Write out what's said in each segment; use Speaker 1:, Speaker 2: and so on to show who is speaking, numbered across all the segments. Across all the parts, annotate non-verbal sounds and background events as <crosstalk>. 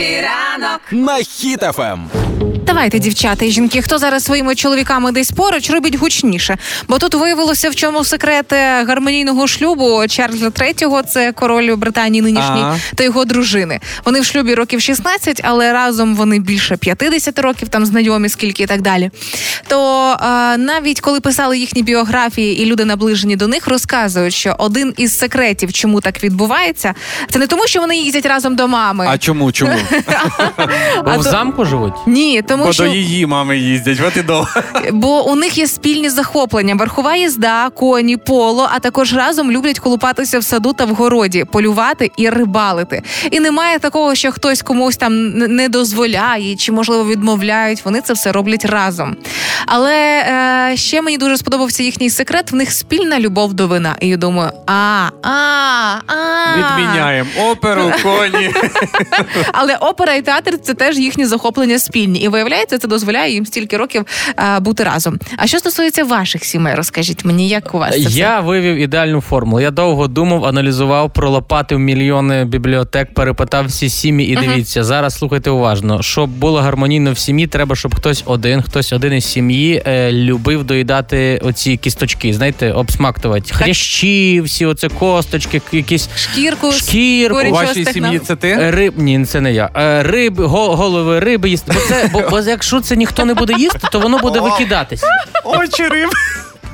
Speaker 1: ранок.
Speaker 2: на хітафем.
Speaker 3: Давайте, дівчата і жінки, хто зараз своїми чоловіками десь поруч, робіть гучніше. Бо тут виявилося, в чому секрет е, гармонійного шлюбу Чарльза III, це король Британії нинішній,
Speaker 2: Ага.
Speaker 3: та його дружини. Вони в шлюбі років 16, але разом вони більше 50 років, там знайомі, скільки і так далі. То е, навіть коли писали їхні біографії, і люди наближені до них розказують, що один із секретів, чому так відбувається, це не тому, що вони їздять разом до мами.
Speaker 2: А чому? Чому?
Speaker 4: Бо
Speaker 3: А
Speaker 4: в
Speaker 3: то-
Speaker 4: замку живуть?
Speaker 3: Ні, <laughs> тому
Speaker 2: Бо
Speaker 3: що
Speaker 2: до її мами їздять. От і до.
Speaker 3: Бо у них є спільні захоплення: верхова їзда, коні, поло, а також разом люблять колупатися в саду та в городі, полювати і рибалити. І немає такого, що хтось комусь там н- не дозволяє чи можливо відмовляють. Вони це все роблять разом. Але е, ще мені дуже сподобався їхній секрет. В них спільна любов до вина. І я думаю, а, а, <laughs> а
Speaker 2: Відміняємо
Speaker 3: <laughs>
Speaker 2: оперу, коні.
Speaker 3: але опера і театр це теж їхні захоплення спільні. І виявляється, це дозволяє їм стільки років е, бути разом. А що стосується ваших сімей, розкажіть мені, як у вас це все?
Speaker 4: Я вивів ідеальну формулу. Я довго думав, аналізував, пролопатив мільйони бібліотек, перепитав всі сім'ї і дивіться. Зараз слухайте уважно. Щоб було гармонійно в сім'ї, треба, щоб хтось один, хтось один із сім'ї е, любив доїдати оці кісточки. Знаєте, обсмактувати хрящі, всі оце косточки, якісь
Speaker 3: шкірку
Speaker 4: шкірку.
Speaker 3: Курі-
Speaker 2: У
Speaker 3: Нічого
Speaker 2: вашій
Speaker 3: страшного.
Speaker 2: сім'ї це ти?
Speaker 4: Е, Риб, ні, це не я. Е, Риб, го- голови риби їсти. Бо це, бо, бо якщо це ніхто не буде їсти, то воно буде викидатись.
Speaker 2: Очі риб.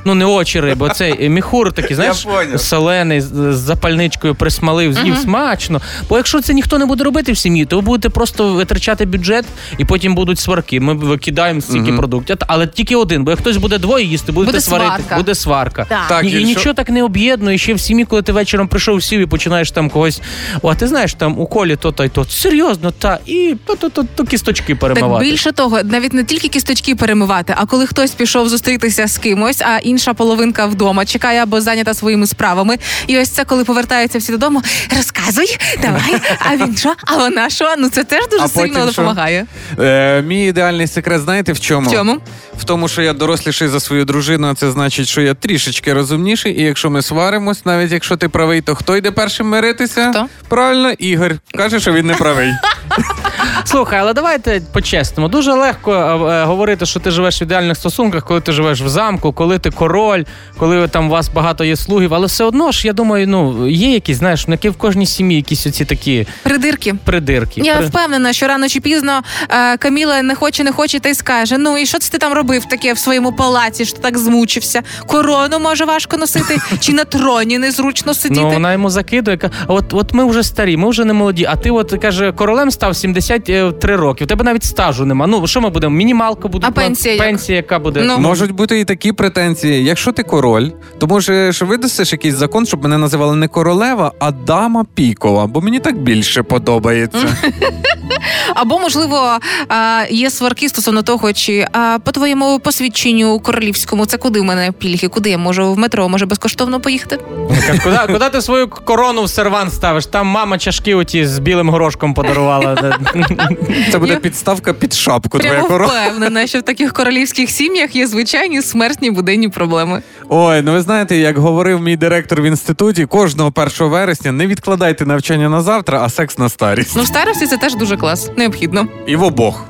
Speaker 4: Ну не очі риби, оцей е, міхур такий, знаєш,
Speaker 2: поняв.
Speaker 4: солений з з запальничкою присмалив, з'їв смачно. Бо якщо це ніхто не буде робити в сім'ї, то ви будете просто витрачати бюджет і потім будуть сварки. Ми викидаємо стільки продуктів, але тільки один, бо як хтось буде двоє їсти, будете
Speaker 3: Буде
Speaker 4: сварити,
Speaker 3: сварка.
Speaker 4: буде сварка.
Speaker 3: Так.
Speaker 2: Так,
Speaker 4: і,
Speaker 2: Юль,
Speaker 4: і
Speaker 2: що-
Speaker 4: нічого так не об'єднує. Ще в сім'ї, коли ти вечором прийшов сів і починаєш там когось. О, а ти знаєш, там у колі то та й то. Серйозно, та і то, то, то, то кісточки
Speaker 3: Так
Speaker 4: перемивати.
Speaker 3: більше того, навіть не тільки кісточки перемивати, а коли хтось пішов зустрітися з кимось, а інша половинка вдома чекає або зайнята своїми справами. І ось це, коли повертаються всі додому, розказуй, давай. А він що? А вона що? Ну це теж дуже
Speaker 2: А потім
Speaker 3: сильно
Speaker 2: що? Ну.
Speaker 3: допомагає.
Speaker 2: Е, мій ідеальний секрет, знаєте, в чому?
Speaker 3: В чому?
Speaker 2: В тому, що я доросліший за свою дружину, а це значить, що я трішечки розумніший. І якщо ми сваримось, навіть якщо ти правий, то хто йде першим миритися?
Speaker 3: Хто?
Speaker 2: Правильно, Ігор каже, що він
Speaker 3: <laughs>
Speaker 2: не правий.
Speaker 4: Слухай, але давайте по-чесному. Дуже легко е, е, говорити, що ти живеш в ідеальних стосунках, коли ти живеш в замку, коли ти король, коли ви там у вас багато є слугів. Але все одно ж я думаю, ну є якісь, знаєш, які в кожній сім'ї якісь оці такі
Speaker 3: Придирки.
Speaker 4: придирки.
Speaker 3: Я
Speaker 4: При-
Speaker 3: впевнена, що рано чи пізно е, Каміла не хоче, не хоче, та й скаже: Ну і що це ти там робив таке в своєму палаці, що ти так змучився? Корону може важко носити, чи на троні незручно сидіти?
Speaker 4: Ну, вона йому закидує. ка- а От, от ми вже старі, ми вже не молоді. А ти, от каже, королем став 73 роки. У тебе навіть стажу нема. Ну що ми будемо? Мінімалка буде
Speaker 3: А пенсія як?
Speaker 4: пенсія яка буде?
Speaker 3: Ну,
Speaker 2: Можуть бути і такі претензії. Якщо ти король, то може ж видасиш якийсь закон, щоб мене називали не королева, а дама пікова, бо мені так
Speaker 3: <laughs>
Speaker 2: більше подобається.
Speaker 3: Або можливо е, є сварки стосовно того, чи а, по твоєму посвідченню королівському це куди в мене пільги? Куди я можу в метро? Може безкоштовно поїхати?
Speaker 4: Каже, Куди, куди ти свою корону в сервант ставиш? Там мама чашки оті з білим
Speaker 3: <laughs>
Speaker 4: горошком подарувала.
Speaker 2: Це буде
Speaker 3: Я-
Speaker 2: підставка під шапку. Твоя
Speaker 3: Прямо
Speaker 2: король.
Speaker 3: впевнена, що в таких королівських сім'ях є звичайні смертні буденні проблеми.
Speaker 2: Ой, ну ви знаєте, як говорив мій директор в інституті, кожного 1 вересня не відкладайте навчання на завтра, а секс на старість.
Speaker 3: Ну в старості це теж дуже клас, необхідно.
Speaker 2: І в обох.